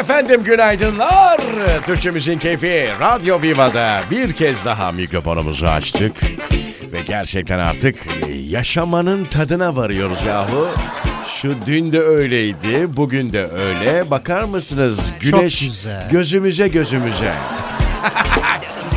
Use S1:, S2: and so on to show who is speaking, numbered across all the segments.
S1: Efendim günaydınlar. Türkçemizin keyfi Radyo Viva'da bir kez daha mikrofonumuzu açtık. Ve gerçekten artık e, yaşamanın tadına varıyoruz yahu. Şu dün de öyleydi, bugün de öyle. Bakar mısınız
S2: Çok
S1: güneş
S2: güzel.
S1: gözümüze gözümüze.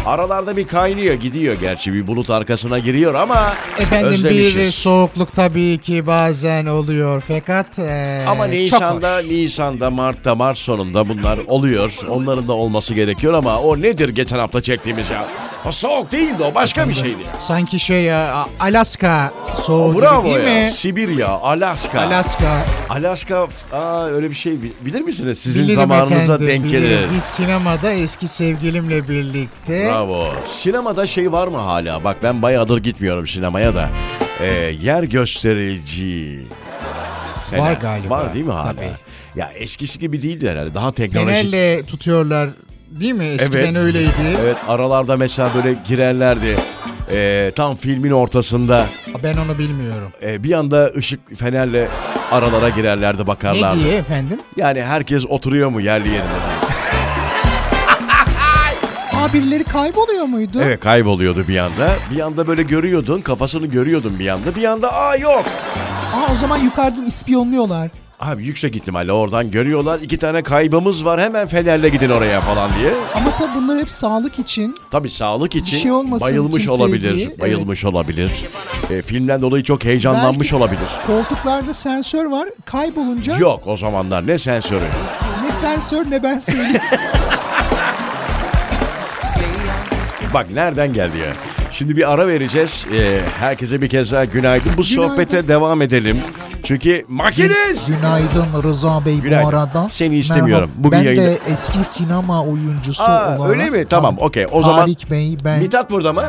S1: Aralarda bir kaynıyor gidiyor gerçi bir bulut arkasına giriyor ama
S2: Efendim
S1: özlemişiz.
S2: bir soğukluk tabii ki bazen oluyor fakat eee,
S1: Ama Nisan'da,
S2: Ee, çok hoş.
S1: Nisan'da, Mart'ta, Mart sonunda bunlar oluyor. Onların da olması gerekiyor ama o nedir geçen hafta çektiğimiz ya? O soğuk değildi o başka bir şeydi.
S2: sanki şey ya A- Alaska soğuğu
S1: Bravo
S2: gibi değil
S1: ya.
S2: mi?
S1: Sibirya, Alaska.
S2: Alaska
S1: Alaska, f- aa, öyle bir şey bi- bilir misiniz? Sizin
S2: bilirim
S1: zamanınıza
S2: efendim,
S1: denk
S2: bilirim.
S1: gelir.
S2: Biz sinemada eski sevgilimle birlikte
S1: Bravo. Sinemada şey var mı hala? Bak ben bayağıdır gitmiyorum sinemaya da. Ee, yer gösterici. Fener.
S2: Var galiba.
S1: Var değil mi hala?
S2: Tabii.
S1: Ya eskisi gibi değildi herhalde. Daha teknolojik.
S2: genelle tutuyorlar değil mi? Eskiden
S1: Evet.
S2: öyleydi.
S1: Evet aralarda mesela böyle girerlerdi. Ee, tam filmin ortasında
S2: Ben onu bilmiyorum.
S1: e, bir anda ışık fenerle aralara girerlerdi bakarlardı.
S2: Ne diye efendim?
S1: Yani herkes oturuyor mu yerli yerine diye.
S2: Aa birileri kayboluyor muydu?
S1: Evet kayboluyordu bir anda. Bir anda böyle görüyordun kafasını görüyordun bir anda. Bir anda aa yok.
S2: Aa o zaman yukarıdan ispiyonluyorlar.
S1: Abi yüksek ihtimalle oradan görüyorlar. iki tane kaybımız var hemen fenerle gidin oraya falan diye.
S2: Ama tabii bunlar hep sağlık için.
S1: Tabii sağlık için
S2: şey olmasın
S1: bayılmış
S2: kimseye
S1: olabilir.
S2: diye, evet.
S1: Bayılmış olabilir. E, filmden dolayı çok heyecanlanmış
S2: Belki-
S1: olabilir.
S2: Koltuklarda sensör var. Kaybolunca
S1: Yok o zamanlar ne sensörü.
S2: ne sensör ne ben söyleyeyim.
S1: Bak nereden geldi ya. Şimdi bir ara vereceğiz. Ee, herkese bir kez daha günaydın. Bu
S2: Günaydın.
S1: sohbete devam edelim. Çünkü makiniz.
S2: Günaydın Rıza Bey
S1: Günaydın.
S2: bu arada.
S1: Seni istemiyorum. Bugün
S2: ben de
S1: yayında-
S2: eski sinema oyuncusu
S1: Aa,
S2: olarak.
S1: öyle mi? Tamam, okey. O zaman-
S2: Tarık Bey ben.
S1: Mithat burada mı?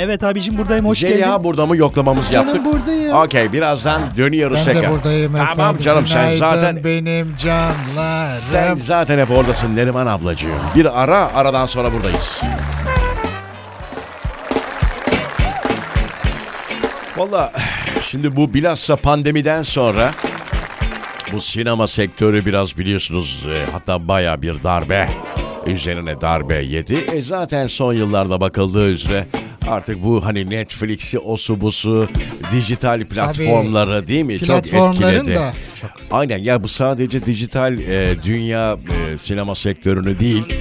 S3: Evet abicim buradayım hoş
S1: Zeliha
S3: geldin.
S1: burada mı? Yoklamamızı
S2: Canım
S1: yaptık.
S2: buradayım.
S1: Okey birazdan dönüyoruz
S2: ben
S1: tekrar.
S2: de buradayım
S1: tamam
S2: efendim.
S1: canım sen
S2: Günaydın
S1: zaten...
S2: benim canlarım.
S1: Sen zaten hep oradasın Neriman ablacığım. Bir ara, aradan sonra buradayız. Valla şimdi bu bilhassa pandemiden sonra bu sinema sektörü biraz biliyorsunuz e, hatta baya bir darbe üzerine darbe yedi. E zaten son yıllarda bakıldığı üzere artık bu hani Netflix'i, osu busu, dijital platformları değil mi?
S2: platformların
S1: Ee, çok etkiledi.
S2: da çok.
S1: Aynen ya bu sadece dijital e, dünya e, sinema sektörünü değil.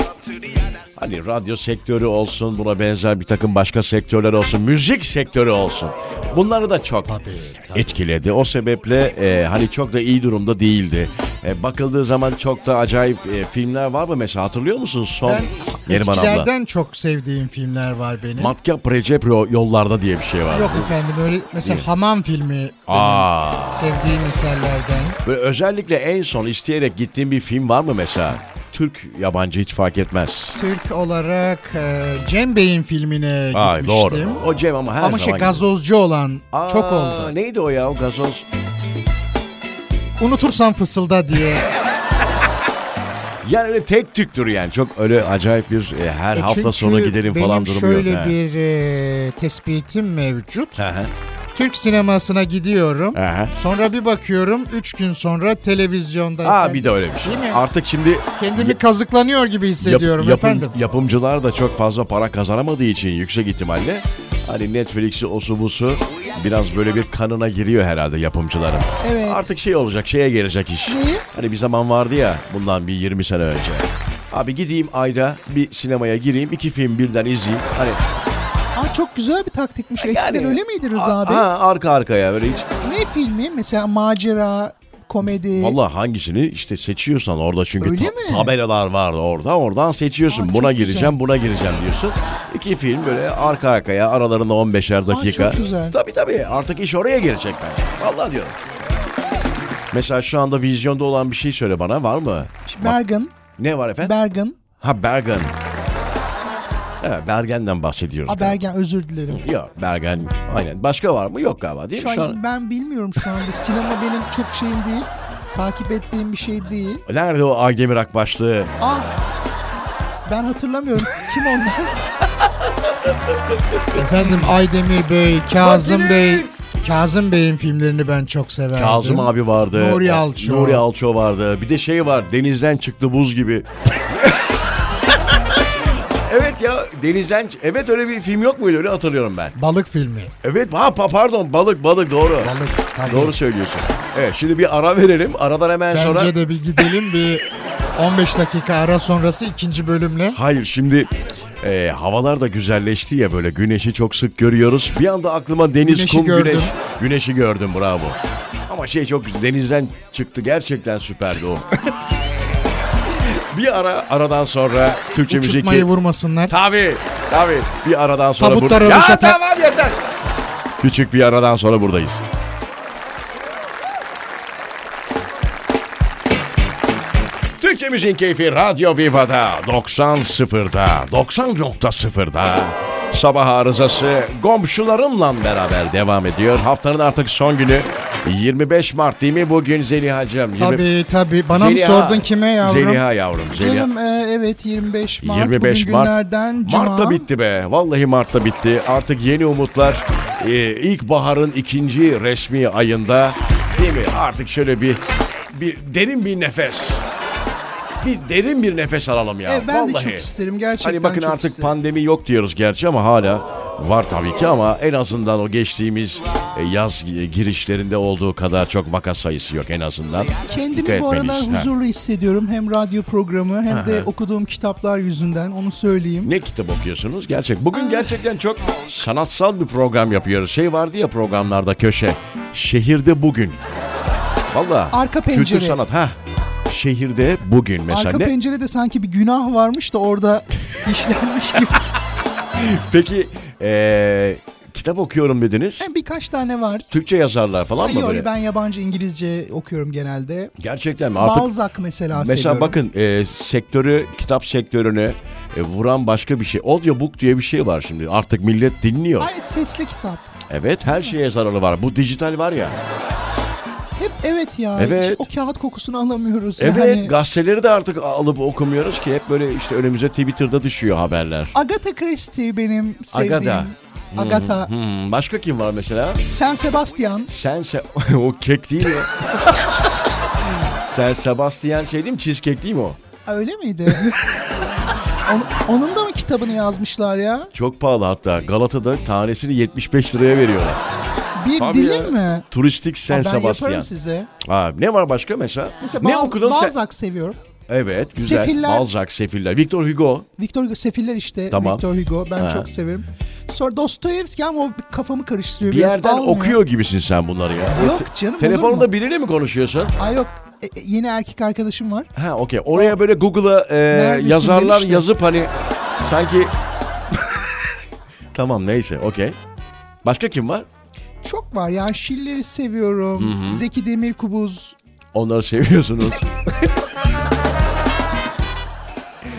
S1: Hani radyo sektörü olsun buna benzer bir takım başka sektörler olsun müzik sektörü olsun. Bunları da çok etkiledi. O sebeple e, hani çok da iyi durumda değildi. E, bakıldığı zaman çok da acayip e, filmler var mı mesela hatırlıyor musun son
S2: Ben
S1: Neriman abla?
S2: eskilerden çok sevdiğim filmler var benim.
S1: Matkap Recep Yo- yollarda diye bir şey var.
S2: Yok efendim öyle mesela Hamam filmi
S1: Aa,
S2: sevdiğim eserlerden.
S1: böyle özellikle en son isteyerek gittiğin bir film var mı mesela? Türk yabancı hiç fark etmez.
S2: Türk olarak e, Cem Bey'in filmine
S1: Ay
S2: gitmiştim.
S1: doğru. O Cem ama her
S2: Ama
S1: zaman.
S2: şey gazozcu olan
S1: Aa,
S2: çok oldu.
S1: Neydi o ya o gazoz?
S2: Unutursan fısılda diye. E,
S1: Yani öyle tek tüktür yani. Çok öyle acayip bir e, her
S2: E,
S1: hafta
S2: çünkü
S1: sonu gidelim falan durum
S2: Benim
S1: yok.
S2: şöyle
S1: He.
S2: bir e, tespitim mevcut.
S1: Hı hı.
S2: Türk sinemasına gidiyorum.
S1: Hı hı.
S2: Sonra bir bakıyorum 3 gün sonra televizyonda.
S1: Aa
S2: efendim.
S1: bir de öyle bir şey.
S2: Değil mi?
S1: Artık şimdi
S2: Kendimi kazıklanıyor gibi
S1: yap-
S2: hissediyorum
S1: yapım-
S2: efendim.
S1: yapımcılar da çok fazla para kazanamadığı için yüksek ihtimalle hani Netflix'i osu busu biraz böyle bir kanına giriyor herhalde yapımcıların.
S2: Evet.
S1: Artık şey olacak şeye gelecek iş.
S2: Neyi?
S1: Hani bir zaman vardı ya bundan bir 20 sene önce. Abi gideyim ayda bir sinemaya gireyim iki film birden izleyeyim. Hani
S2: Aa, çok güzel bir taktikmiş. Eskiden
S1: Yani-
S2: öyle miydi Rıza
S1: A-
S2: Bey?
S1: Ha, arka arkaya böyle hiç.
S2: Ne filmi? Mesela macera, komedi.
S1: Valla hangisini işte seçiyorsan orada çünkü
S2: Ee, Öyle
S1: ta-
S2: mi?
S1: tabelalar vardı orada. Oradan seçiyorsun.
S2: Aa,
S1: buna
S2: çok güzel.
S1: gireceğim, buna gireceğim diyorsun. İki film böyle arka arkaya aralarında 15'er dakika.
S2: çok güzel.
S1: Tabii tabii. Artık iş oraya gelecek bence. Valla diyorum. Mesela şu anda vizyonda olan bir şey söyle bana var mı? Bak,
S2: Bergen.
S1: ne var efendim?
S2: Bergen.
S1: ha Bergen. Evet Bergen'den bahsediyoruz.
S2: Aa, Bergen özür dilerim.
S1: Yok Bergen. Aynen. Başka var mı? Yok galiba değil
S2: Şu
S1: mi? Şu
S2: an
S1: an...
S2: ben bilmiyorum şu anda. Sinema benim çok şeyim değil. Takip ettiğim bir şey değil.
S1: Nerede o Aydemir Akbaşlı?
S2: Aa ben hatırlamıyorum. Kim onlar? Efendim Aydemir Bey, Kazım Bey,
S4: Kazım Bey'in filmlerini ben çok severdim.
S1: Kazım abi vardı.
S4: Nuri Alço.
S1: Nuri Alço vardı. Bir de şey var denizden çıktı buz gibi. evet ya denizden evet öyle bir film yok muydu öyle hatırlıyorum ben.
S4: Balık filmi.
S1: Evet ha pa- pardon balık balık doğru.
S4: Balık. tabii.
S1: Doğru söylüyorsun. Evet şimdi bir ara verelim. Aradan hemen
S4: Bence
S1: sonra
S4: de bir gidelim bir 15 dakika ara sonrası ikinci bölümle.
S1: Hayır şimdi e, havalar da güzelleşti ya böyle güneşi çok sık görüyoruz. Bir anda aklıma deniz,
S4: Güneşi
S1: kum,
S4: gördüm.
S1: güneş. Güneşi gördüm bravo. Ama şey çok güzel denizden çıktı gerçekten süperdi o. bir ara aradan sonra Türkçe müzik...
S4: Uçurtmayı vurmasınlar.
S1: şey- Tabii tabii bir aradan sonra... bur-
S4: Tabutlar
S1: Ya
S4: arası ta-
S1: tamam yeter. Küçük bir aradan sonra buradayız. Türkçe Müziğin Keyfi Radyo Viva'da 90.0'da 90.0'da sabah arızası komşularımla beraber devam ediyor. Haftanın artık son günü 25 Mart değil mi bugün Zeliha'cığım? Yirmi-
S4: Tabii tabii. Bana mı
S1: Zeliha.
S4: sordun kime yavrum?
S1: Zeliha yavrum. Zeliha.
S2: Canım e, evet 25 Mart.
S1: 25
S2: Bugün
S1: Mart.
S2: günlerden Cuma.
S1: Mart'ta bitti be. Vallahi Mart'ta bitti. Artık yeni umutlar e, ilkbaharın ikinci resmi ayında değil mi? Artık şöyle bir bir derin bir nefes. Bir derin bir nefes alalım ya.
S2: E, ben
S1: Vallahi.
S2: de çok isterim gerçekten
S1: Hani bakın
S2: çok
S1: artık
S2: isterim.
S1: pandemi yok diyoruz gerçi ama hala var tabii ki ama en azından o geçtiğimiz e, yaz e, girişlerinde olduğu kadar çok vaka sayısı yok en azından.
S2: Kendimi
S1: Dikkat
S2: bu aralar
S1: etmeliyiz. Ha.
S2: huzurlu hissediyorum. Hem radyo programı hem de okuduğum kitaplar yüzünden onu söyleyeyim.
S1: Ne kitap okuyorsunuz? Gerçek. Bugün gerçekten çok sanatsal bir program yapıyoruz. Şey vardı ya programlarda köşe. Şehirde bugün. Valla.
S2: Arka
S1: Kültür
S2: pencere.
S1: sanat. Ha. Şehirde bugün mesela.
S2: Arka
S1: ne?
S2: pencerede sanki bir günah varmış da orada işlenmiş gibi.
S1: Peki eee, kitap okuyorum dediniz.
S2: Yani birkaç tane var.
S1: Türkçe yazarlar falan mı
S2: Yok
S1: böyle?
S2: ben yabancı İngilizce okuyorum genelde.
S1: Gerçekten mi? Artık
S2: Balzac mesela,
S1: mesela
S2: seviyorum.
S1: bakın eee, sektörü, kitap sektörünü eee, vuran başka bir şey. Audiobook diye bir şey var şimdi. Artık millet dinliyor.
S2: Gayet sesli kitap.
S1: Evet her şeye zararı var. Bu dijital var ya.
S2: Hep evet ya.
S1: Evet.
S2: hiç o kağıt kokusunu alamıyoruz.
S1: Evet
S2: Yani
S1: gazeteleri de artık alıp okumuyoruz ki hep böyle işte önümüze Twitter'da düşüyor haberler.
S2: Agatha Christie benim sevdiğim.
S1: Agatha.
S2: Agatha.
S1: Hmm, başka kim var mesela?
S2: Sen Sebastian.
S1: Sense o kek değil mi? Sen Sebastian şey değil mi? Cheesecake değil mi o?
S2: Ha, Öyle miydi? Onu- onun da mı kitabını yazmışlar ya?
S1: Çok pahalı hatta. Galata'da tanesini 75 liraya veriyorlar.
S2: Bir
S1: Tabii
S2: dilim
S1: ya.
S2: mi?
S1: Turistik Sen
S2: Ha, ben
S1: Sebastian.
S2: yaparım size.
S1: Ha, ne var başka mesela?
S2: Mesela
S1: ne
S2: Bal-
S1: okudun sen?
S2: Balzac seviyorum.
S1: Evet güzel.
S2: Sefiller.
S1: Balzac, Sefiller. Victor Hugo.
S2: Victor Hugo, Sefiller işte.
S1: Tamam.
S2: Victor Hugo. Ben
S1: Ha.
S2: çok severim. Sonra Dostoyevski ama o kafamı karıştırıyor.
S1: Bir
S2: biraz
S1: yerden
S2: almıyor.
S1: okuyor gibisin sen bunları ya.
S2: Yok canım olur
S1: Telefonda
S2: mu?
S1: biriyle mi konuşuyorsun?
S2: Ay yok. E, e, yeni erkek arkadaşım var.
S1: Ha okey. Oraya böyle Google'a e,
S2: Neredesin
S1: yazarlar
S2: demiş de.
S1: yazıp hani sanki Tamam neyse okey. Başka kim var?
S2: Çok var ya. Şiller'i seviyorum. Zeki Demirkubuz.
S1: Onları seviyorsunuz.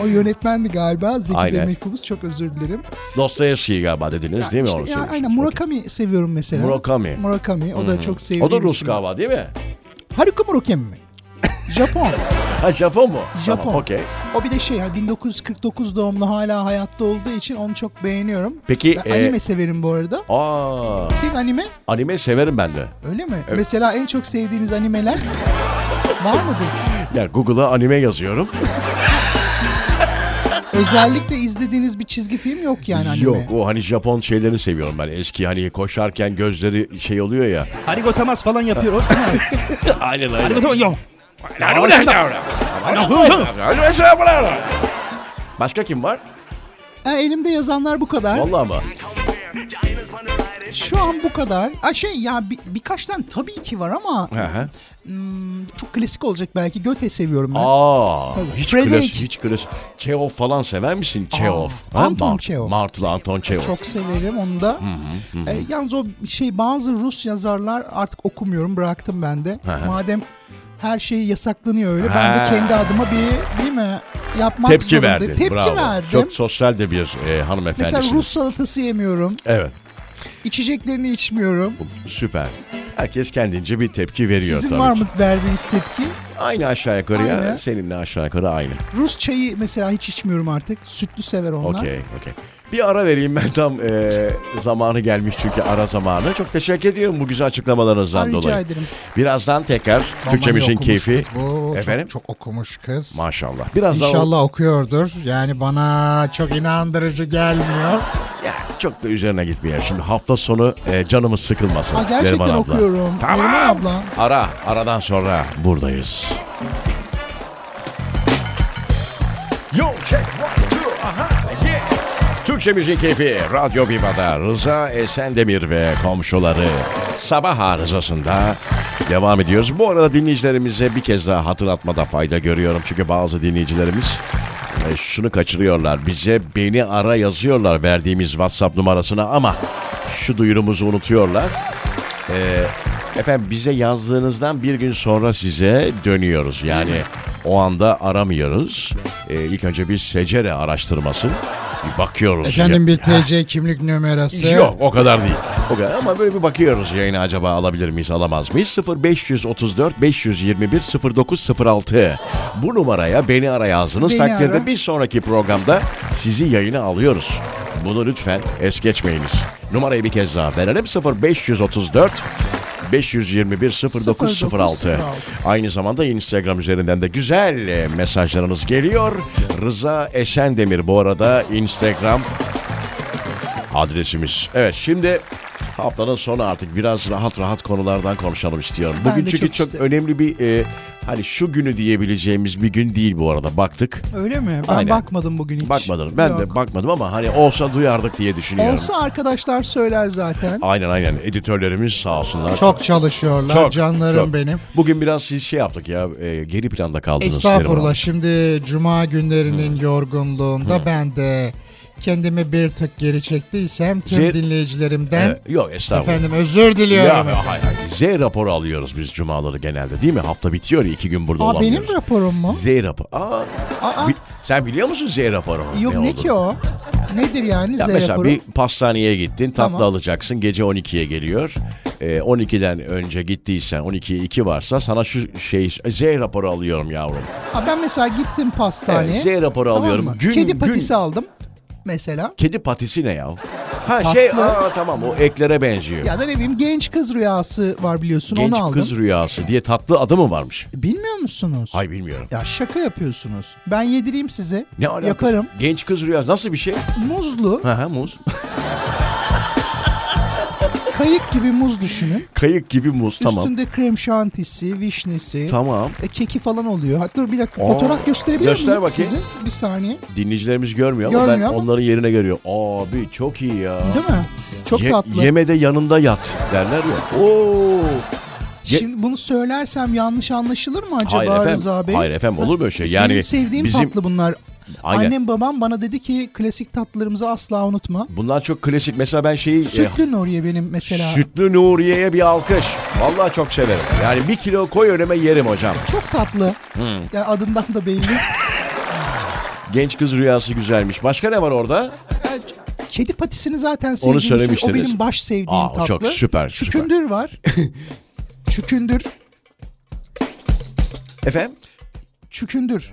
S2: O yönetmendi galiba. Zeki
S1: Aynen.
S2: Demirkubuz. Çok özür dilerim.
S1: Dostoyevski galiba dediniz değil mi
S2: İşte
S1: onu
S2: ya,
S1: söylüyorsunuz?
S2: aynen Murakami seviyorum mesela.
S1: Murakami. Hmm.
S2: Murakami. O da çok sevdiğim.
S1: O da Rus
S2: isim.
S1: galiba değil mi?
S2: Haruka Murakami mi? Japon.
S1: Ha Japon mu?
S2: Japon.
S1: Tamam, okey.
S2: O bir de şey yani 1949 doğumlu hala hayatta olduğu için onu çok beğeniyorum.
S1: Peki
S2: Ben
S1: e,
S2: anime severim bu arada.
S1: aa,
S2: Siz anime
S1: anime severim ben de.
S2: öyle mi? Mesela en çok sevdiğiniz animeler var mıdır?
S1: Ya Google'a anime yazıyorum.
S2: Özellikle izlediğiniz bir çizgi film yok yani anime.
S1: Yok o hani Japon şeylerini seviyorum ben. Eski hani koşarken gözleri şey oluyor ya.
S3: Harigotamas falan yapıyor. o.
S1: aynen
S3: Harigotamas yok.
S1: Başka kim var?
S2: Ha, elimde yazanlar bu kadar.
S1: Vallahi mı?
S2: Şu an bu kadar. Ha şey ya bir- birkaç tane tabii ki var ama
S1: Hı hı.
S2: hmm, çok klasik olacak belki. Göte seviyorum ben.
S1: Aa,
S2: Tabii.
S1: hiç
S2: Frederick.
S1: klas, hiç klas. Çehov falan sever misin? Çehov. Ha,
S2: Anton
S1: Mart-
S2: Çehov.
S1: Martılı Anton Çehov.
S2: Çok severim onu da. E, yalnız o şey bazı Rus yazarlar artık okumuyorum bıraktım ben de. Madem her şey yasaklanıyor öyle ben
S1: Ha.
S2: de kendi adıma bir değil mi yapmak
S1: Tepki
S2: zorundayım.
S1: verdi.
S2: Tepki
S1: Bravo.
S2: verdim.
S1: Çok sosyal de bir e, hanımefendisiniz.
S2: Mesela Rus salatası yemiyorum.
S1: Evet.
S2: içeceklerini içmiyorum.
S1: Süper. Herkes kendince bir tepki veriyor
S2: Sizin
S1: tabii
S2: var
S1: ki.
S2: mı verdiğiniz tepki?
S1: Aynı aşağı yukarı ya.
S2: Aynı.
S1: Seninle aşağı yukarı aynı.
S2: Rus çayı mesela hiç içmiyorum artık. Sütlü sever onlar.
S1: Okey, okey. Bir ara vereyim ben tam e, zamanı gelmiş çünkü ara zamanı. Çok teşekkür ediyorum bu güzel açıklamalarınızdan
S2: Rica
S1: dolayı.
S2: ederim.
S1: Birazdan tekrar Türkçemiş'in keyfi. Efendim?
S4: Efendim? Çok, okumuş kız.
S1: Maşallah. Birazdan o-
S4: İnşallah okuyordur. Yani bana çok inandırıcı gelmiyor.
S1: Ya, çok da üzerine gitmeyelim. Şimdi hafta sonu e, canımız sıkılmasın.
S2: Ha, gerçekten
S1: Neriman abla.
S2: okuyorum.
S1: Tamam.
S2: Neriman abla.
S1: Ara. Aradan sonra buradayız. Yo, check, one, two, aha, yeah. Türkçe Müzik Keyfi Radyo Viva'da Rıza Esendemir ve komşuları sabah arızasında devam ediyoruz. Bu arada dinleyicilerimize bir kez daha hatırlatmada fayda görüyorum. Çünkü bazı dinleyicilerimiz e, şunu kaçırıyorlar. Bize beni ara yazıyorlar verdiğimiz WhatsApp numarasına ama şu duyurumuzu unutuyorlar. Efendim bize yazdığınızdan bir gün sonra size dönüyoruz. Yani o anda aramıyoruz. Ee, ilk önce bir secere araştırması. Bir bakıyoruz.
S4: Efendim bir
S1: Ya- Ha,
S4: TC kimlik numarası.
S1: Yok o kadar değil. O kadar. Ama böyle bir bakıyoruz yayına acaba alabilir miyiz alamaz mıyız? 0534 521 0906 bu numaraya beni ara yazdınız.
S2: Beni
S1: Takdirde
S2: ara.
S1: bir sonraki programda sizi yayına alıyoruz. Bunu lütfen es geçmeyiniz. Numarayı bir kez daha verelim 0534 521 0906.
S2: 0906.
S1: Aynı zamanda Instagram üzerinden de güzel e, mesajlarınız geliyor. Rıza Esendemir bu arada Instagram adresimiz. Evet şimdi haftanın sonu artık biraz rahat rahat konulardan konuşalım istiyorum.
S2: Ben
S1: Bugün
S2: de
S1: çünkü
S2: çok
S1: çok
S2: isterim.
S1: önemli bir e, hani şu günü diyebileceğimiz bir gün değil bu arada baktık.
S2: Öyle mi? Ben
S1: Aynen.
S2: bakmadım bugün hiç.
S1: Bakmadım ben
S2: Yok.
S1: de bakmadım ama hani olsa duyardık diye düşünüyorum.
S2: Olsa arkadaşlar söyler zaten.
S1: Aynen aynen editörlerimiz sağ olsunlar.
S4: Çok çalışıyorlar
S1: Çok,
S4: canlarım
S1: çok.
S4: benim.
S1: Bugün biraz siz şey yaptık ya e, geri planda kaldınız. Neriman
S4: Estağfurullah
S1: Hanım.
S4: şimdi cuma günlerinin
S1: Hmm.
S4: yorgunluğunda ben de kendimi bir tık geri çektiysem tüm
S1: Zir-
S4: dinleyicilerimden
S1: E, yok estağfurullah.
S4: efendim özür
S1: Ya,
S4: diliyorum. efendim.
S1: hayır, hayır. Z raporu alıyoruz biz cumaları genelde değil mi? Hafta bitiyor ya iki gün burada
S2: Aa
S1: olamıyoruz.
S2: benim raporum mu?
S1: Z raporu. Aa,
S2: Aa.
S1: bi- sen biliyor musun Z raporu?
S2: Ah. Yok ne,
S1: olduğunu?
S2: ki o? Nedir yani Z
S1: Ya mesela
S2: raporu?
S1: bir pastaneye gittin, tatlı
S2: Tamam.
S1: alacaksın, gece 12'ye geliyor. Ee, 12'den önce gittiysen, 12'ye 2 varsa sana şu şey Z raporu alıyorum yavrum.
S2: Ha, ben mesela gittim
S1: Evet,
S2: pastaneye.
S1: Z raporu
S2: Tamam
S1: alıyorum.
S2: mı?
S1: Gün-
S2: Kedi
S1: gün-
S2: patisi aldım mesela.
S1: Kedi patisi ne ya? Ha şey,
S2: Tatlı.
S1: aa, tamam o eklere benziyor.
S2: Ya da ne bileyim genç kız rüyası var biliyorsun
S1: Genç
S2: onu aldım.
S1: kız rüyası diye tatlı adı mı varmış?
S2: Bilmiyor musunuz?
S1: Ay bilmiyorum.
S2: Ya şaka yapıyorsunuz. Ben yedireyim size.
S1: Ne alaka?
S2: Yaparım.
S1: Genç kız rüyası nasıl bir şey?
S2: Muzlu,
S1: Ha ha muz.
S2: kayık gibi muz düşünün.
S1: Kayık gibi muz tamam.
S2: Üstünde krem şantisi, vişnesi,
S1: Tamam.
S2: e, keki falan oluyor. Hatta dur bir dakika
S1: Aa,
S2: fotoğraf gösterebilir
S1: göster
S2: miyim
S1: bakayım.
S2: size? Bir saniye.
S1: Dinleyicilerimiz görmüyor ama ben
S2: Görmüyor ama-
S1: onların yerine görüyorum. Abi çok iyi ya.
S2: Değil mi? Çok
S1: Ye-
S2: tatlı.
S1: Yemede yanında yat derler ya. Oo. Ye-
S2: Şimdi bunu söylersem yanlış anlaşılır mı acaba
S1: Hayır efendim.
S2: Rıza Bey?
S1: Hayır efendim, olur mu öyle şey? Yani
S2: benim sevdiğim
S1: bizim-
S2: tatlı bunlar.
S1: Aynen.
S2: Annem babam bana dedi ki klasik tatlılarımızı asla unutma.
S1: Bunlar çok klasik. Mesela ben şeyi e,
S2: Sütlü Nuriye benim mesela.
S1: Sütlü Nuriye'ye bir alkış. Vallahi çok severim. Yani bir kilo koy önüme yerim hocam.
S2: Çok tatlı.
S1: Hmm.
S2: Yani adından da belli.
S1: Genç kız rüyası güzelmiş. Başka ne var orada?
S2: Yani Kedi patisini zaten sevdiğim bir sürü- O
S1: söylemiştiniz.
S2: benim baş sevdiğim
S1: Aa, o
S2: tatlı.
S1: çok süper, süper.
S2: Çükündür var. çükündür.
S1: Efendim?
S2: Çükündür.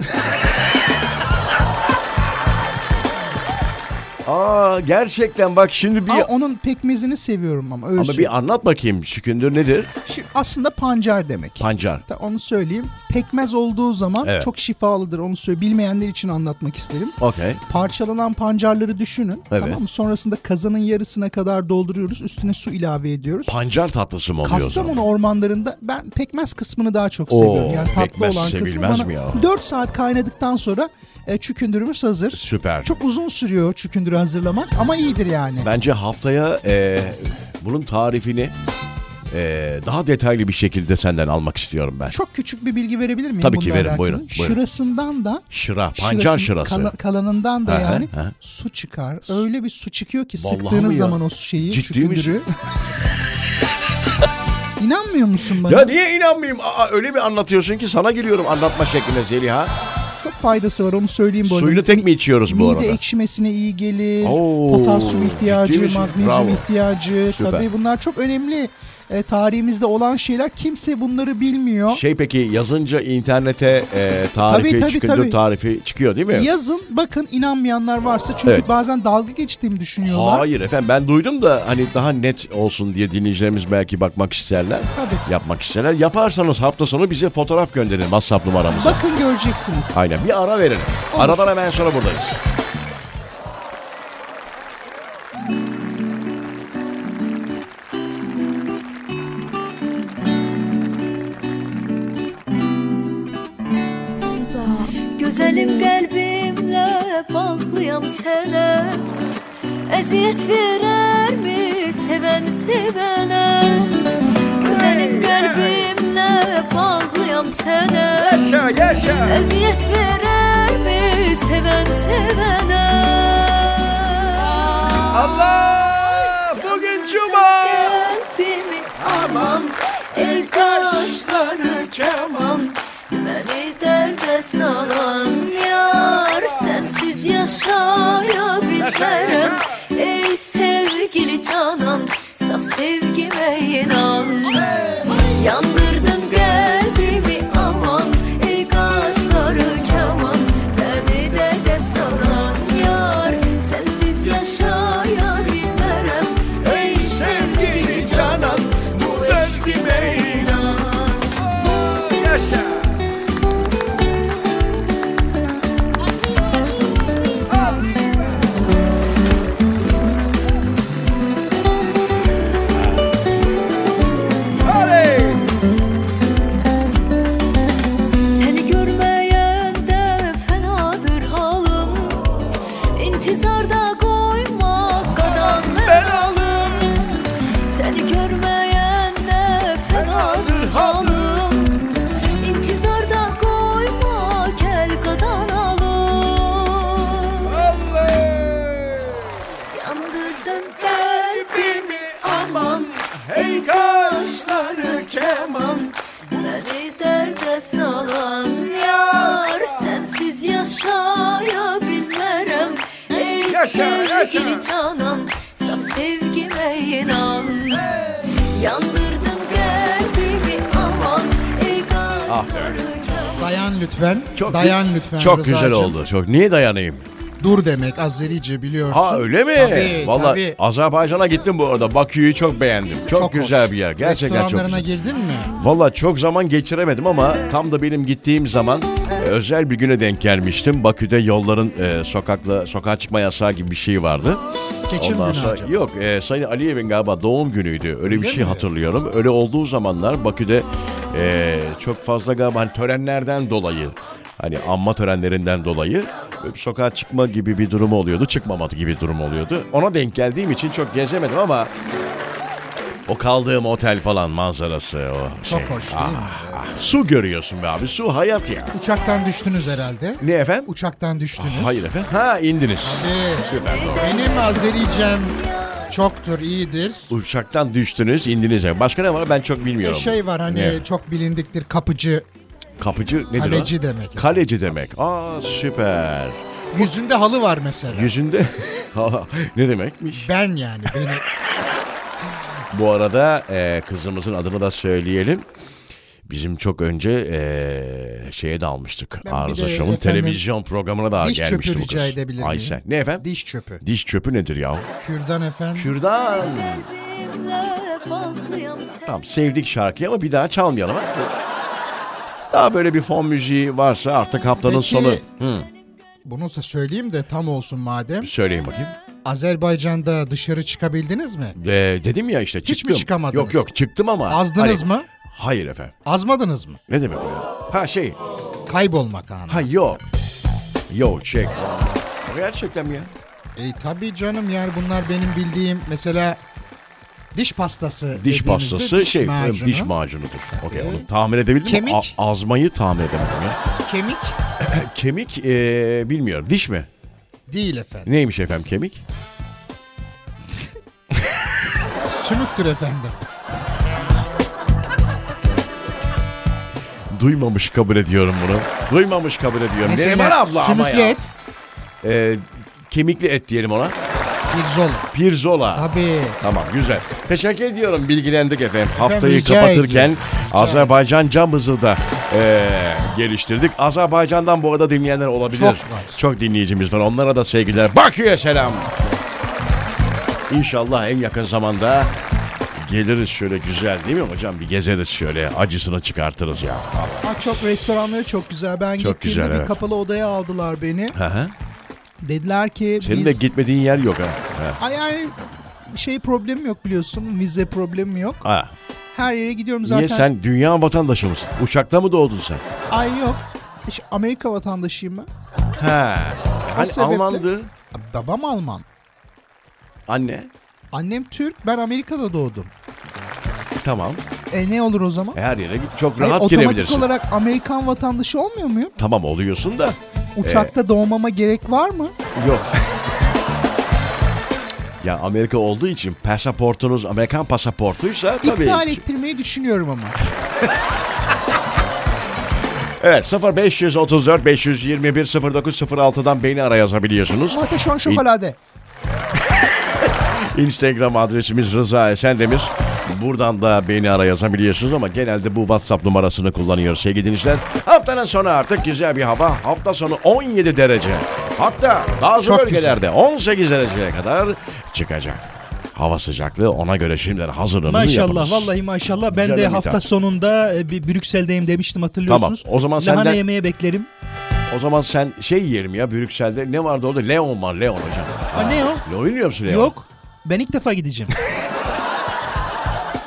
S1: Aa gerçekten bak şimdi bir
S2: Aa, onun pekmezini seviyorum ama. Öyle
S1: ama bir anlat bakayım. Şükündür nedir?
S2: Aslında pancar demek.
S1: Pancar.
S2: Da onu söyleyeyim. Pekmez olduğu zaman
S1: Evet.
S2: çok şifalıdır. Onu söyle bilmeyenler için anlatmak isterim.
S1: Okey.
S2: Parçalanan pancarları düşünün.
S1: Evet.
S2: Tamam mı? Sonrasında kazanın yarısına kadar dolduruyoruz. Üstüne su ilave ediyoruz.
S1: Pancar tatlısı mı oluyor o zaman?
S2: Kastamonu ormanlarında ben pekmez kısmını daha çok
S1: Oo,
S2: seviyorum. Yani tatlı
S1: pekmez
S2: olan kısmı
S1: sevilmez
S2: bana
S1: mi ya?
S2: 4 saat kaynadıktan sonra e, çükündürümüz hazır.
S1: Süper.
S2: Çok uzun sürüyor çükündürü hazırlamak ama iyidir yani.
S1: Bence haftaya e, bunun tarifini e, daha detaylı bir şekilde senden almak istiyorum ben.
S2: Çok küçük bir bilgi verebilir miyim?
S1: Tabii ki
S2: bununla
S1: verin,
S2: alakalı?
S1: buyurun, buyurun.
S2: Şırasından da
S1: Şıra, pancar şırası.
S2: kala- kalanından da
S1: Aha,
S2: yani
S1: aha.
S2: su çıkar. Öyle bir su çıkıyor ki
S1: Vallahi mi ya?
S2: sıktığınız zaman o şeyi
S1: Ciddi mi?
S2: çükündürü. İnanmıyor musun bana?
S1: Ya niye inanmayayım? Aa, öyle bir anlatıyorsun ki sana geliyorum anlatma şekline Zeliha.
S2: Çok faydası var onu söyleyeyim bu arada.
S1: Suyunu tek mi içiyoruz bu
S2: Mide
S1: arada?
S2: ekşimesine iyi gelir.
S1: Oo,
S2: potasyum
S1: ciddi
S2: ihtiyacı,
S1: misin?
S2: magnezyum
S1: Bravo.
S2: ihtiyacı.
S1: Süper.
S2: Tabii bunlar çok önemli e, tarihimizde olan şeyler kimse bunları bilmiyor.
S1: Şey peki yazınca internete e, tarifi
S2: Tabii, tabii,
S1: çıkındır
S2: tabii.
S1: tarifi çıkıyor değil mi?
S2: Yazın bakın inanmayanlar varsa çünkü
S1: Evet.
S2: bazen dalga geçtiğimi düşünüyorlar.
S1: Hayır efendim ben duydum da hani daha net olsun diye dinleyicilerimiz belki bakmak isterler.
S2: Tabii.
S1: Yapmak isterler. Yaparsanız hafta sonu bize fotoğraf gönderin WhatsApp numaramıza.
S2: Bakın göreceksiniz.
S1: Aynen bir ara verelim. Aradan hemen sonra buradayız.
S5: Güzelim kalbimle bağlıyam sənə Əziyyət verərmi sevən sevənə Güzelim kalbimle bağlıyam sənə
S1: Yaşa yaşa.
S5: Əziyyət verərmi sevən sevənə
S1: Allah bugün cuma.
S5: Kalbimi aman El qaşları keman Məni dərdə salan yar Sənsiz yaşaya bilmərəm Ey sevgili canan Saf sevgimə inan Yandırdın qəlbimi aman Ey qaşları keman Məni dərdə salan yar Sənsiz yaşaya bilmərəm Ey sevgili canan Bu eşqimə inan Seni görmeyen de fenadır halım İntizarda koyma kadan meralım Seni görmeyen de fenadır halım İntizarda koyma gel kadan alım Yandırdın kalbimi aman Ey kaşları keman Beni derde salan yar Sensiz yaşaya bilmərəm Ey sevgili canan Saf sevgime inan Yandırdın kalbimi aman Ey kaşları keman
S4: Dayan lütfen.
S1: Çok
S4: Dayan lütfen.
S1: Çok güzel
S4: Rıza'cığım.
S1: oldu. Çok. Niye dayanayım?
S4: Dur demek Azerice biliyorsun.
S1: Ha öyle mi?
S4: Tabii,
S1: Vallahi
S4: tabii.
S1: Azerbaycan'a gittim bu arada. Bakü'yü çok beğendim. Çok,
S4: Çok
S1: güzel
S4: hoş.
S1: bir yer. Gerçekten çok
S4: Restoranlarına
S1: güzel.
S4: girdin mi?
S1: Valla çok zaman geçiremedim ama tam da benim gittiğim zaman e, özel bir güne denk gelmiştim. Bakü'de yolların e, sokakla sokağa çıkma yasağı gibi bir şey vardı.
S4: Seçim
S1: Ondan
S4: günü
S1: sonra-
S4: acaba.
S1: Yok e, Sayın Aliyev'in galiba doğum günüydü. Öyle bir
S4: Öyle
S1: şey
S4: mi?
S1: hatırlıyorum. Öyle olduğu zamanlar Bakü'de e, çok fazla galiba hani törenlerden dolayı hani anma törenlerinden dolayı böyle bir sokağa çıkma gibi bir durum oluyordu. Çıkmamadı gibi bir durum oluyordu. Ona denk geldiğim için çok gezemedim ama o kaldığım otel falan manzarası o şey. ah.
S4: Çok hoş değil mi?
S1: Su görüyorsun be abi. Su hayat ya.
S4: Uçaktan düştünüz herhalde.
S1: Ne efendim?
S4: Uçaktan düştünüz.
S1: Hayır efendim. Ha indiniz.
S4: Ee,
S1: Süper doğru.
S4: benim Azericem çoktur, iyidir.
S1: Uçaktan düştünüz, indiniz. Başka ne var ben çok
S4: Bir
S1: bilmiyorum.
S4: şey var hani
S1: Ne?
S4: çok bilindiktir kapıcı.
S1: Kapıcı nedir o?
S4: Kaleci demek.
S1: Kaleci demek. Aa süper.
S4: Yüzünde halı var mesela.
S1: Yüzünde Aa, ne demekmiş?
S4: Ben yani beni
S1: Bu arada e, kızımızın adını da söyleyelim. Bizim çok önce e, şeye dalmıştık.
S4: Ben bir
S1: Arıza
S4: de
S1: Show'un
S4: efendim,
S1: televizyon programına da
S4: diş
S1: gelmişti
S4: çöpü
S1: bu
S4: rica
S1: kız.
S4: edebilir miyim?
S1: Aysel. Ne efendim? Diş.
S4: diş çöpü.
S1: çöpü nedir ya?
S4: Kürdan efendim.
S1: Kürdan.
S5: Kalbimle bağlıyam seni
S1: Tamam sevdik şarkıyı ama bir daha çalmayalım. ha? Daha böyle bir fon müziği varsa artık haftanın
S4: Peki-
S1: sonu. Hı,
S4: Bunu da söyleyeyim de tam olsun madem.
S1: söyleyin bakayım.
S4: Azerbaycan'da dışarı çıkabildiniz mi?
S1: Ee, dedim ya işte
S4: Hiç mi
S1: çıktım.
S4: çıkamadınız?
S1: Yok yok çıktım ama.
S4: Azdınız
S1: Hani-
S4: mı?
S1: Hayır efendim.
S4: Azmadınız mı?
S1: Ne demek o ya? Ha şey.
S4: Kaybolmak anı.
S1: Ha yok. şey. Yo çek. Gerçekten mi ya?
S4: E tabii canım yani bunlar benim bildiğim mesela diş pastası
S1: Diş E,
S4: dediğimizde
S1: pastası
S4: diş
S1: şey
S4: macunu,
S1: diş macunudur. Okey
S4: Ee,
S1: onu tahmin edebildim mi?
S4: kemik?
S1: A- azmayı tahmin edemedim ya.
S4: kemik
S1: E, Kemik ee, bilmiyorum. Diş mi?
S4: değil efendim.
S1: Neymiş efendim kemik?
S4: Sümüktür efendim.
S1: Duymamış kabul ediyorum bunu. Duymamış kabul ediyorum. Neriman abla ama
S4: sümüklü
S1: ya.
S4: et
S1: Ee, kemikli et diyelim ona.
S4: Pirzola.
S1: Pirzola.
S4: Tabii.
S1: Tamam güzel. Teşekkür ediyorum bilgilendik efendim. Haftayı
S4: rica
S1: kapatırken
S4: ediyorum. Rica
S1: Azerbaycan camımızı da eee, geliştirdik. Azerbaycan'dan bu arada dinleyenler olabilir.
S4: Çok var.
S1: Çok dinleyicimiz var. Onlara da sevgiler. Bakü'ye selam. İnşallah en yakın zamanda geliriz şöyle güzel değil mi hocam? Bir gezeriz şöyle acısını çıkartırız ya.
S2: Ama çok restoranları çok güzel. Ben
S1: Çok
S2: gittiğimde
S1: güzel,
S2: bir
S1: evet.
S2: kapalı odaya aldılar beni.
S1: Hı hı.
S2: Dediler ki
S1: Senin
S2: biz...
S1: de gitmediğin yer yok ha. Ha.
S2: Ay ay şey problemim yok biliyorsun. Vize problemim yok.
S1: ha.
S2: Her yere gidiyorum zaten.
S1: Niye sen dünya vatandaşı mısın? Uçakta mı doğdun sen?
S2: Ay yok. İşte Amerika vatandaşıyım ben.
S1: Ha. Hani
S2: sebeple-
S1: Almandı.
S2: Babam Alman.
S1: Anne.
S2: Annem Türk. Ben Amerika'da doğdum.
S1: Tamam.
S2: E ne olur o zaman?
S1: Her yere git. Çok
S2: Hayır,
S1: rahat
S2: otomatik
S1: girebilirsin.
S2: olarak Amerikan vatandaşı olmuyor muyum?
S1: Tamam oluyorsun da
S2: Uçakta doğmama gerek var mı?
S1: yok. ya Amerika olduğu için pasaportunuz Amerikan pasaportuysa tabii.
S2: İptal
S1: ki-
S2: ettirmeyi düşünüyorum ama.
S1: Evet 0534 521 0906'dan beni ara yazabiliyorsunuz.
S2: Mateşon şokolade.
S1: Instagram adresimiz Rıza Esen Demir. Buradan da beni ara yazabiliyorsunuz ama genelde bu WhatsApp numarasını kullanıyoruz sevgili dinleyiciler. Haftanın sonu artık güzel bir hava. Hafta sonu 17 derece. Hatta bazı
S4: Çok
S1: bölgelerde 18 dereceye kadar çıkacak. Hava sıcaklığı ona göre şimdiden hazırlığınızı
S3: Maşallah
S1: yapınız.
S3: vallahi maşallah. Ben
S1: Canım
S3: de
S1: bir
S3: hafta
S1: tane.
S3: sonunda e, bir Brüksel'deyim demiştim hatırlıyorsunuz.
S1: Tamam, o zaman
S3: Lahana
S1: senden-
S3: yemeğe beklerim.
S1: O zaman sen şey yiyelim ya Brüksel'de ne vardı orada? Leon var Leon hocam.
S3: Ha, ne o?
S1: Leon biliyor musun Leon?
S3: Yok. Ben ilk defa gideceğim.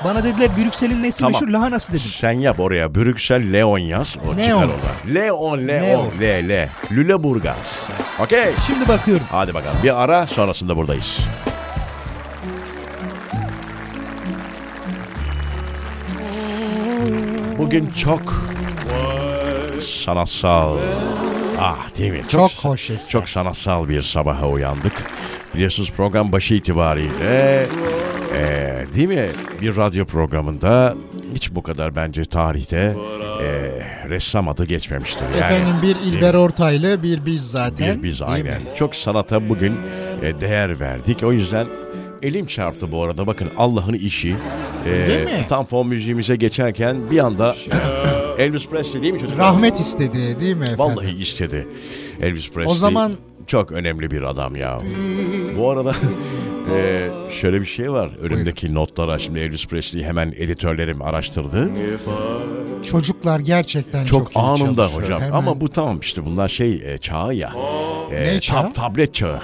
S3: Bana dediler Brüksel'in nesi
S1: Tamam.
S3: meşhur lahanası dedim.
S1: Sen yap oraya Brüksel Leon yaz. O çıkar
S3: Leon.
S1: orada. Leon, Leon,
S3: Leon.
S1: Le, Le. Lüleburgaz. Okey.
S3: Şimdi bakıyorum.
S1: Hadi bakalım bir ara sonrasında buradayız. Bugün çok sanatsal. Ah değil mi?
S4: Çok hoş eser.
S1: Çok sanatsal bir sabaha uyandık. Biliyorsunuz program başı itibariyle eee, değil mi? Bir radyo programında hiç bu kadar bence tarihte eee, ressam adı geçmemiştir. Yani,
S4: Efendim bir
S1: değil mi?
S4: İlber Ortaylı bir biz zaten.
S1: Bir biz
S4: değil
S1: aynen.
S4: mi?
S1: Çok sanata bugün e, değer verdik. O yüzden elim çarptı bu arada. Bakın Allah'ın işi. E,
S4: Değil mi? Şey-
S1: Tam fon müziğimize geçerken bir anda Elvis Presley değil mi çocuklar?
S4: Rahmet istedi değil mi efendim?
S1: Vallahi istedi. Elvis Presley.
S4: O zaman-
S1: çok önemli bir adam ya. Bu arada e, şöyle bir şey var. Önümdeki notlara şimdi Elvis Presley'i hemen editörlerim araştırdı.
S4: Çocuklar gerçekten
S1: Çok,
S4: çok, iyi
S1: anında
S4: çalışıyor.
S1: hocam.
S4: Hemen
S1: Ama bu tamam işte bunlar şey e, çağı ya. E,
S4: Ne çağı?
S1: tablet çağı.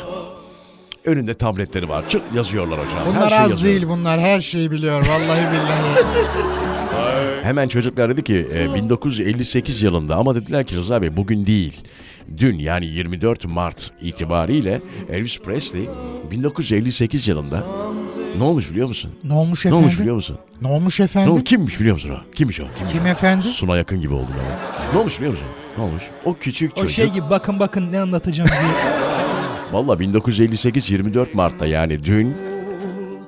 S1: Önünde tabletleri var. Çık yazıyorlar hocam.
S4: Bunlar
S1: Her şeyi
S4: az
S1: yazıyor.
S4: değil bunlar her şeyi biliyor vallahi billahi.
S1: Hemen çocuklar dedi ki e, 1958 yılında ama dediler ki Rıza Bey bugün değil. Dün yani 24 Mart itibariyle Elvis Presley 1958 yılında ne olmuş biliyor musun?
S4: ne olmuş
S1: Ne
S4: efendim?
S1: olmuş biliyor musun?
S4: Ne olmuş
S1: Ne
S4: efendim?
S1: olmuş, kimmiş biliyor musun o? Kimmiş o? Kim?
S4: Kim efendim?
S1: Suna yakın gibi oldum ben. Ne olmuş biliyor musun? Ne olmuş? O küçük
S3: O
S1: çocuk.
S3: şey gibi bakın bakın ne anlatacağım diye.
S1: Valla 1958 24 Mart'ta yani dün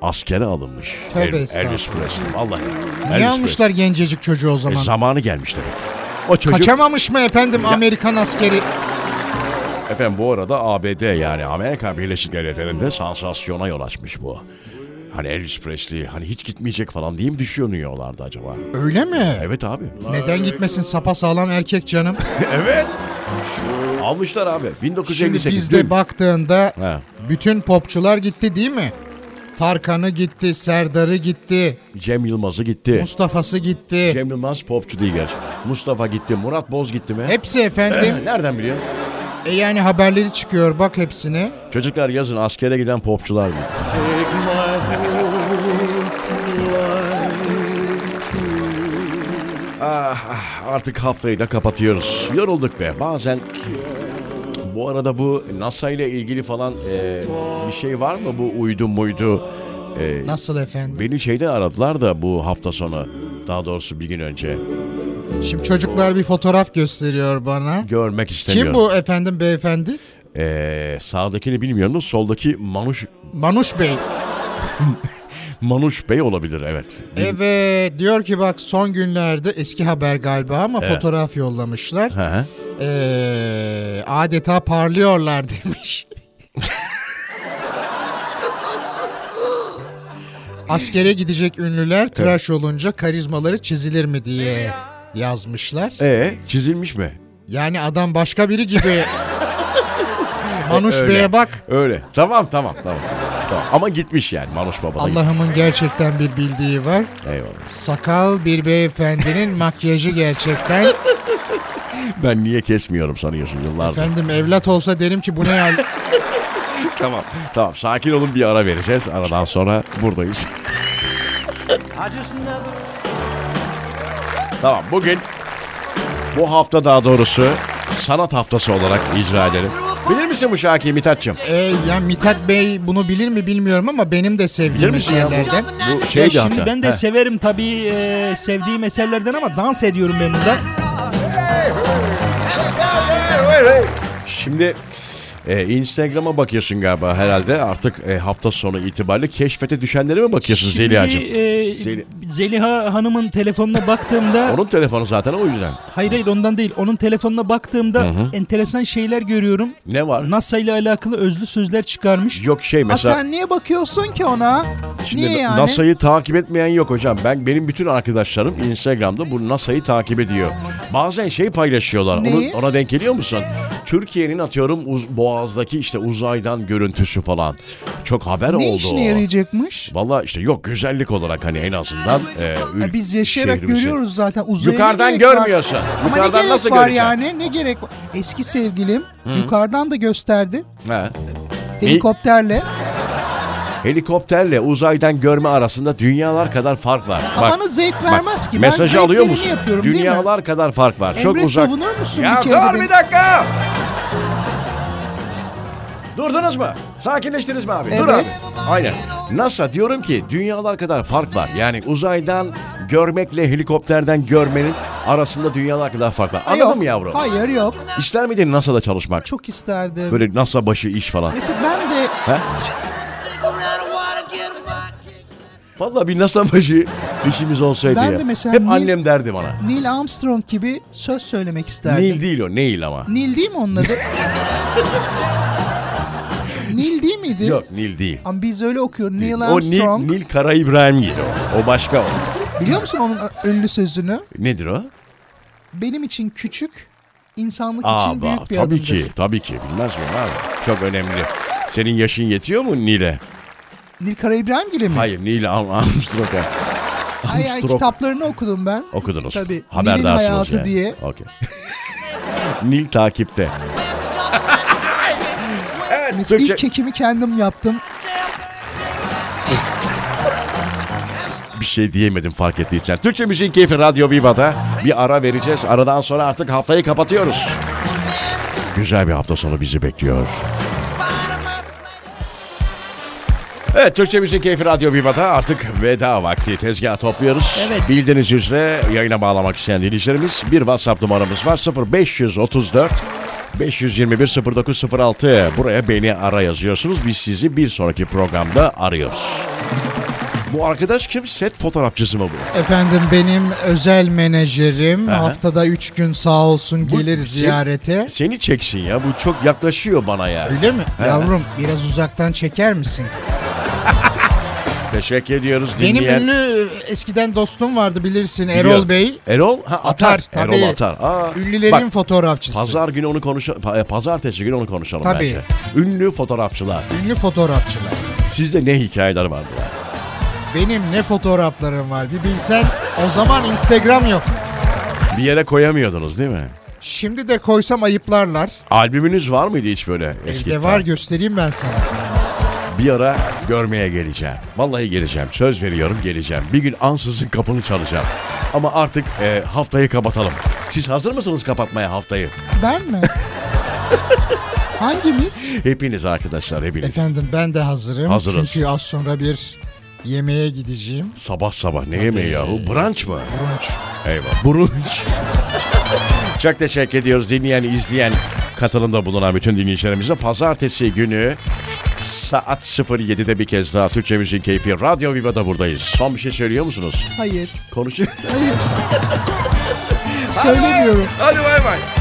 S1: askere alınmış.
S4: Tövbe
S1: El- Elvis
S4: estağfurullah.
S1: Presley. Vallahi. Elvis
S4: Niye almışlar gencecik çocuğu o
S1: Presley.
S4: zaman?
S1: E, zamanı gelmiş demek. O çocuk
S4: Kaçamamış mı efendim Amerikan askeri?
S1: efendim bu arada ABD yani Amerika Birleşik Devletleri'nde sansasyona yol açmış bu. Hani Elvis Presley hani hiç gitmeyecek falan diye mi düşünüyorlardı acaba?
S4: Öyle mi?
S1: Evet abi.
S4: Neden gitmesin sapa sağlam erkek canım?
S1: evet. Almışlar abi.
S4: Şimdi
S1: 1958
S4: bizde
S1: dün.
S4: baktığında
S1: He.
S4: bütün popçular gitti değil mi? Tarkan'ı gitti, Serdar'ı gitti,
S1: Cem Yılmaz'ı gitti.
S4: Mustafa'sı gitti.
S1: Cem Yılmaz popçu değil gerçi. Mustafa gitti. Murat Boz gitti mi? Eh,
S4: Hepsi efendim.
S1: Nereden biliyor?
S4: E yani haberleri çıkıyor bak hepsine.
S1: Çocuklar yazın askere giden popçular mı? Ah, ah, artık haftayı da kapatıyoruz. Yorulduk be. Bazen bu arada bu NASA ile ilgili falan e, bir şey var mı bu uydu muydu? E,
S4: Nasıl efendim?
S1: beni şeyde aradılar da bu hafta sonu. Daha doğrusu bir gün önce.
S4: Şimdi çocuklar bir fotoğraf gösteriyor bana.
S1: Görmek istemiyorum.
S4: Kim bu efendim beyefendi?
S1: E, sağdakini bilmiyorum da soldaki Manuş,
S4: Manuş Bey.
S1: Manuş Bey olabilir evet. Bil-
S4: Evet diyor ki bak son günlerde eski haber galiba ama fotoğraf yollamışlar.
S1: Hı hı.
S4: Ee, adeta parlıyorlar demiş. Askere gidecek ünlüler tıraş olunca karizmaları çizilir mi diye yazmışlar.
S1: E çizilmiş mi?
S4: Yani adam başka biri gibi. Manuş
S1: Öyle.
S4: Bey'e bak.
S1: Öyle. Tamam tamam tamam. tamam. Ama gitmiş yani Manuş Baba da
S4: Allah'ımın gerçekten bir bildiği var.
S1: gitmiş. Eyvallah.
S4: Sakal bir beyefendinin makyajı gerçekten.
S1: Ben niye kesmiyorum sanıyorsun yıllardır.
S4: Efendim evlat olsa derim ki bu ne hal?
S1: Tamam tamam sakin olun bir ara vereceğiz. Aradan sonra buradayız. tamam bugün bu hafta daha doğrusu sanat haftası olarak icra edelim. Bilir misin bu şarkıyı Mithat'cığım?
S4: E, ya Mithat Bey bunu bilir mi bilmiyorum ama benim de
S1: Bilir
S4: sevdiğim
S1: misin ya? Bu,
S4: şeylerden.
S1: bu şeydi
S3: ya
S1: hatta.
S3: şimdi ben de
S1: Heh.
S3: severim tabii e, sevdiğim eserlerden ama dans ediyorum ben burada.
S1: Şimdi e, Instagram'a bakıyorsun galiba herhalde. Artık e, hafta sonu itibariyle keşfete düşenlere mi bakıyorsun
S3: Şimdi,
S1: Zeliha'cığım?
S3: e,
S1: Zeli-
S3: Zeliha Hanım'ın telefonuna baktığımda
S1: Onun telefonu zaten o yüzden.
S3: hayır hayır ondan değil. Onun telefonuna baktığımda enteresan şeyler görüyorum.
S1: Ne var?
S3: NASA ile alakalı özlü sözler çıkarmış.
S1: Yok şey
S2: Ha,
S1: mesela
S2: sen niye bakıyorsun ki ona?
S1: şimdi
S2: niye yani?
S1: NASA'yı takip etmeyen yok hocam. Ben benim bütün arkadaşlarım Instagram'da bu NASA'yı takip ediyor. Bazen şey paylaşıyorlar. Onu,
S2: Neyi?
S1: ona denk geliyor musun? Türkiye'nin atıyorum uz- Boğaz'daki işte uzaydan görüntüsü falan. Çok haber oldu.
S2: ne işine
S1: o.
S2: yarayacakmış?
S1: Valla işte yok güzellik olarak hani en azından. e, ül-
S2: Ya biz yaşayarak
S1: şehrimizi.
S2: görüyoruz zaten. Uzaya ne
S1: şey. Yukarıdan
S2: gerek var?
S1: görmüyorsun.
S2: Ama ne
S1: Yukarıdan
S2: gerek
S1: nasıl
S2: var
S1: göreceksin?
S2: yani? Ne gerek var? Eski sevgilim yukarıdan da gösterdi.
S1: He.
S2: Helikopterle.
S1: Helikopterle uzaydan görme arasında dünyalar kadar fark var.
S2: Ama bana zevk vermez ki. Ben
S1: Mesajı alıyor
S2: zevklerini
S1: musun?
S2: yapıyorum değil mi?
S1: Dünyalar kadar fark var. Çok
S2: Emre
S1: uzak.
S2: savunur musun
S1: Ya
S2: bir kere de
S1: dur bir
S2: beni?
S1: dakika. Durdunuz mu? Sakinleştiniz mi abi? Dur
S2: Evet.
S1: abi. Aynen. NASA diyorum ki dünyalar kadar fark var. Yani uzaydan görmekle helikopterden görmenin arasında dünyalar kadar fark var. Anladın
S2: Yok.
S1: mı yavrum?
S2: Hayır yok.
S1: İster miydin NASA'da çalışmak?
S2: Çok isterdim.
S1: Böyle NASA başı iş falan.
S2: Mesela ben de
S1: Vallahi bir NASA başı işimiz olsaydı
S2: Ben
S1: ya.
S2: de mesela
S1: Hep
S2: Neil-
S1: annem derdi bana.
S2: Neil Armstrong gibi söz söylemek isterdim.
S1: Neil değil o Neil ama.
S2: Nil değil mi onun adı? Nil değil miydi?
S1: Yok Neil değil.
S2: Ama biz öyle okuyoruz. Neil
S1: o Nil,
S2: Armstrong.
S1: Nil Kara İbrahim gibi o. O başka o.
S2: Biliyor musun onun ö- ünlü sözünü?
S1: Nedir o?
S2: Benim için küçük, insanlık için
S1: Aa,
S2: büyük
S1: bak,
S2: bir
S1: tabii
S2: adımdır.
S1: ki, tabii ki. Bilmez miyim abi? Çok önemli. Senin yaşın yetiyor mu Nil'e?
S2: Nil Kara İbrahimgil'e mi?
S1: Hayır Nil Ar- Armstrong'a.
S2: Ay, ay,
S1: Armstrong.
S2: kitaplarını okudum ben.
S1: Okudunuz.
S2: Tabii.
S1: Haberdarsınız
S2: Nil'in hayatı
S1: yani.
S2: diye.
S1: Okey. Nil takipte. evet,
S2: Mesela
S1: Türkçe.
S2: ilk kekimi kendim yaptım.
S1: bir şey diyemedim fark ettiysen. Türkçe Müziğin Keyfi Radyo Viva'da bir ara vereceğiz. Aradan sonra artık haftayı kapatıyoruz. Güzel bir hafta sonu bizi bekliyor. Evet Türkçe Müziğin Keyfi Radyo Viva'da artık veda vakti tezgah topluyoruz.
S3: Evet.
S1: Bildiğiniz üzere yayına bağlamak isteyen dinleyicilerimiz bir WhatsApp numaramız var 0534 521 0906 buraya beni ara yazıyorsunuz. Biz sizi bir sonraki programda arıyoruz. Bu arkadaş kim? Set fotoğrafçısı mı bu?
S4: Efendim benim özel menajerim
S1: Aha.
S4: haftada 3 gün sağ olsun
S1: Bu şey-
S4: gelir
S1: sen-
S4: ziyarete.
S1: Seni çeksin ya. Bu çok yaklaşıyor bana ya.
S4: Öyle mi? Yavrum biraz uzaktan çeker misin?
S1: Teşekkür ediyoruz
S4: Benim
S1: dinleyen.
S4: ünlü e, eskiden dostum vardı bilirsin
S1: Biliyorum.
S4: Erol Bey.
S1: Erol ha, atar.
S4: Atar, tabii.
S1: Erol atar. Aa,
S4: Ünlülerin
S1: bak,
S4: fotoğrafçısı.
S1: Pazar günü onu konuşalım. Pazartesi günü onu konuşalım
S4: Tabii.
S1: bence. Ünlü fotoğrafçılar.
S4: Ünlü fotoğrafçılar.
S1: Sizde ne hikayeler vardı ya?
S4: Benim ne fotoğraflarım var bir bilsen o zaman Instagram yok.
S1: Bir yere koyamıyordunuz değil mi?
S4: Şimdi de koysam ayıplarlar.
S1: Albümünüz var mıydı hiç böyle eski?
S4: Evde var göstereyim ben sana.
S1: Bir ara görmeye geleceğim. Vallahi geleceğim. Söz veriyorum geleceğim. Bir gün ansızın kapını çalacağım. Ama artık e, haftayı kapatalım. Siz hazır mısınız kapatmaya haftayı?
S2: Ben mi? Hangimiz?
S1: Hepiniz arkadaşlar hepiniz.
S4: Efendim ben de hazırım.
S1: Hazırız.
S4: Çünkü az sonra bir yemeğe gideceğim.
S1: Sabah sabah ne yemeği yahu? Brunch mı?
S4: Brunch.
S1: Eyvah. Brunch. Çok teşekkür ediyoruz dinleyen, izleyen, katılımda bulunan bütün dinleyicilerimize. Pazartesi günü saat 07'de bir kez daha Türkçe Müziğin Keyfi Radyo Viva'da buradayız. Son bir şey söylüyor musunuz?
S2: Hayır.
S1: Konuşuyor.
S2: Söylemiyorum.
S1: Hadi bay bay.